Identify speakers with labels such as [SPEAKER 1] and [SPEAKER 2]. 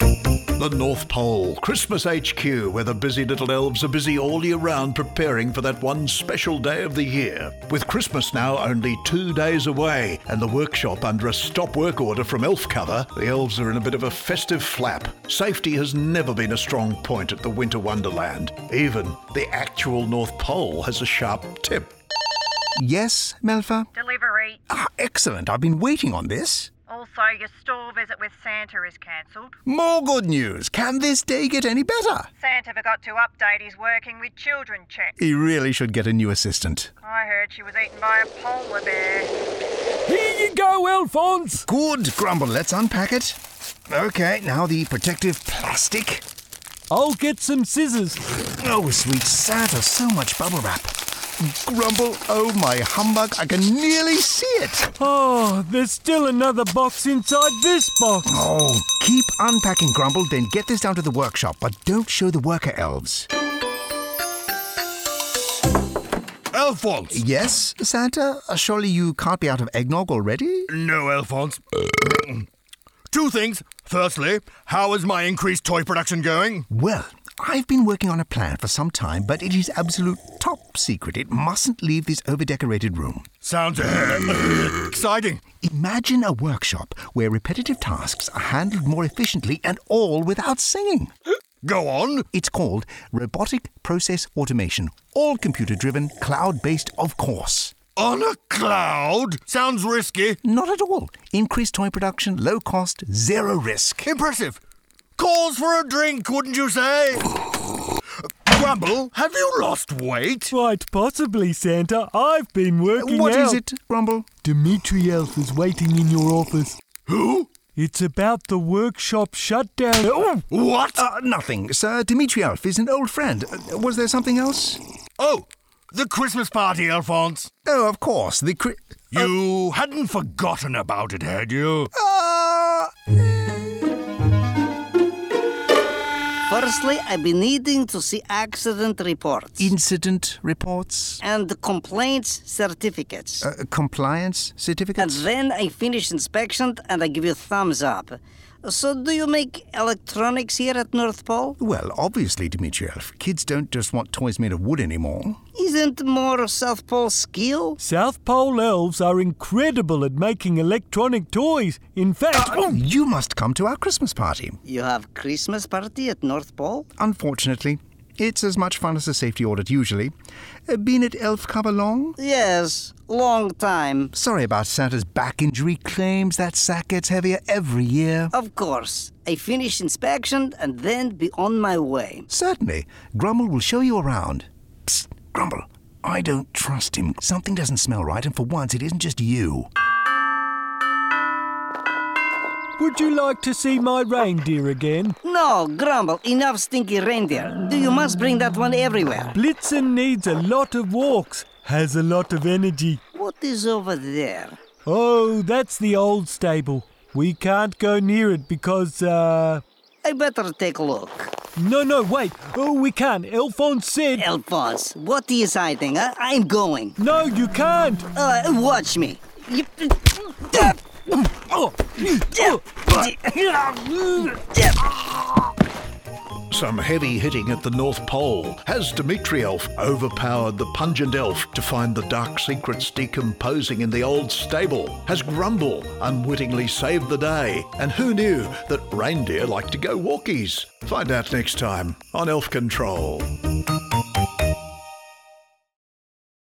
[SPEAKER 1] the North Pole, Christmas HQ, where the busy little elves are busy all year round preparing for that one special day of the year. With Christmas now only two days away and the workshop under a stop work order from Elf Cover, the elves are in a bit of a festive flap. Safety has never been a strong point at the Winter Wonderland. Even the actual North Pole has a sharp tip.
[SPEAKER 2] Yes, Melfa?
[SPEAKER 3] Delivery.
[SPEAKER 2] Ah, excellent. I've been waiting on this.
[SPEAKER 3] Also, your store visit with Santa is cancelled.
[SPEAKER 2] More good news. Can this day get any better?
[SPEAKER 3] Santa forgot to update his working with children check.
[SPEAKER 2] He really should get a new assistant.
[SPEAKER 3] I heard she was eaten by a polar bear.
[SPEAKER 4] Here you go, Alphonse.
[SPEAKER 2] Good, Grumble. Let's unpack it. Okay, now the protective plastic.
[SPEAKER 4] I'll get some scissors.
[SPEAKER 2] Oh, sweet Santa, so much bubble wrap. Grumble, oh my humbug, I can nearly see it.
[SPEAKER 4] Oh, there's still another box inside this box.
[SPEAKER 2] Oh, keep unpacking, Grumble, then get this down to the workshop, but don't show the worker elves.
[SPEAKER 5] Alphonse!
[SPEAKER 2] Yes, Santa? Uh, Surely you can't be out of eggnog already?
[SPEAKER 5] No, Alphonse. Two things. Firstly, how is my increased toy production going?
[SPEAKER 2] Well, I've been working on a plan for some time, but it is absolute top secret. It mustn't leave this overdecorated room.
[SPEAKER 5] Sounds exciting.
[SPEAKER 2] Imagine a workshop where repetitive tasks are handled more efficiently and all without singing.
[SPEAKER 5] Go on.
[SPEAKER 2] It's called Robotic Process Automation. All computer driven, cloud based, of course.
[SPEAKER 5] On a cloud? Sounds risky.
[SPEAKER 2] Not at all. Increased toy production, low cost, zero risk.
[SPEAKER 5] Impressive. Calls for a drink, wouldn't you say? Grumble, have you lost weight?
[SPEAKER 4] Quite possibly, Santa. I've been
[SPEAKER 2] What
[SPEAKER 4] working
[SPEAKER 2] is
[SPEAKER 4] out.
[SPEAKER 2] it, Grumble?
[SPEAKER 4] Dimitri Elf is waiting in your office.
[SPEAKER 5] Who?
[SPEAKER 4] It's about the workshop shutdown. Oh,
[SPEAKER 5] What?
[SPEAKER 2] Uh, nothing, sir. Dimitri Elf is an old friend. Uh, was there something else?
[SPEAKER 5] oh, the Christmas party, Alphonse.
[SPEAKER 2] Oh, of course. The cri-
[SPEAKER 5] You hadn't forgotten about it, had you?
[SPEAKER 2] uh,
[SPEAKER 6] Firstly, I've been needing to see accident reports
[SPEAKER 2] incident reports,
[SPEAKER 6] and complaints certificates.
[SPEAKER 2] uh, compliance
[SPEAKER 6] and
[SPEAKER 2] certificates.
[SPEAKER 6] then I finish inspection and I give you thumbs up. So, do you make electronics here at North Pole?
[SPEAKER 2] Well, obviously, Dimitri Elf. Kids don't just want toys made of wood anymore.
[SPEAKER 6] Isn't more South Pole skill?
[SPEAKER 4] South Pole elves are incredible at making electronic toys. In fact,
[SPEAKER 2] Oh, you must come to our Christmas party.
[SPEAKER 6] You have Christmas party at North Pole?
[SPEAKER 2] Unfortunately, it's as much fun as a safety audit usually. Uh, been at Elf Cover long?
[SPEAKER 6] Yes, long time.
[SPEAKER 2] Sorry about Santa's back injury claims. That sack gets heavier every year.
[SPEAKER 6] Of course. I finish inspection and then be on my way.
[SPEAKER 2] Certainly. Grumble will show you around. Psst, Grumble. I don't trust him. Something doesn't smell right, and for once, it isn't just you.
[SPEAKER 4] would you like to see my reindeer again?
[SPEAKER 6] No, Grumble, enough stinky reindeer. Do You must bring that one everywhere.
[SPEAKER 4] Blitzen needs a lot of walks, has a lot of energy.
[SPEAKER 6] What is over there?
[SPEAKER 4] Oh, that's the old stable. We can't go near it because, uh.
[SPEAKER 6] I better take a look.
[SPEAKER 4] No, no, wait. Oh, we can't. Alphonse said.
[SPEAKER 6] Alphonse, what are you hiding? I- I'm going.
[SPEAKER 4] No, you can't.
[SPEAKER 6] Uh, watch me. Yep.
[SPEAKER 1] Some heavy hitting at the North Pole has Dimitri Elf overpowered the pungent elf to find the dark secrets decomposing in the old stable? Has Grumble unwittingly saved the day? And who knew that reindeer like to go walkies? Find out next time on Elf Control.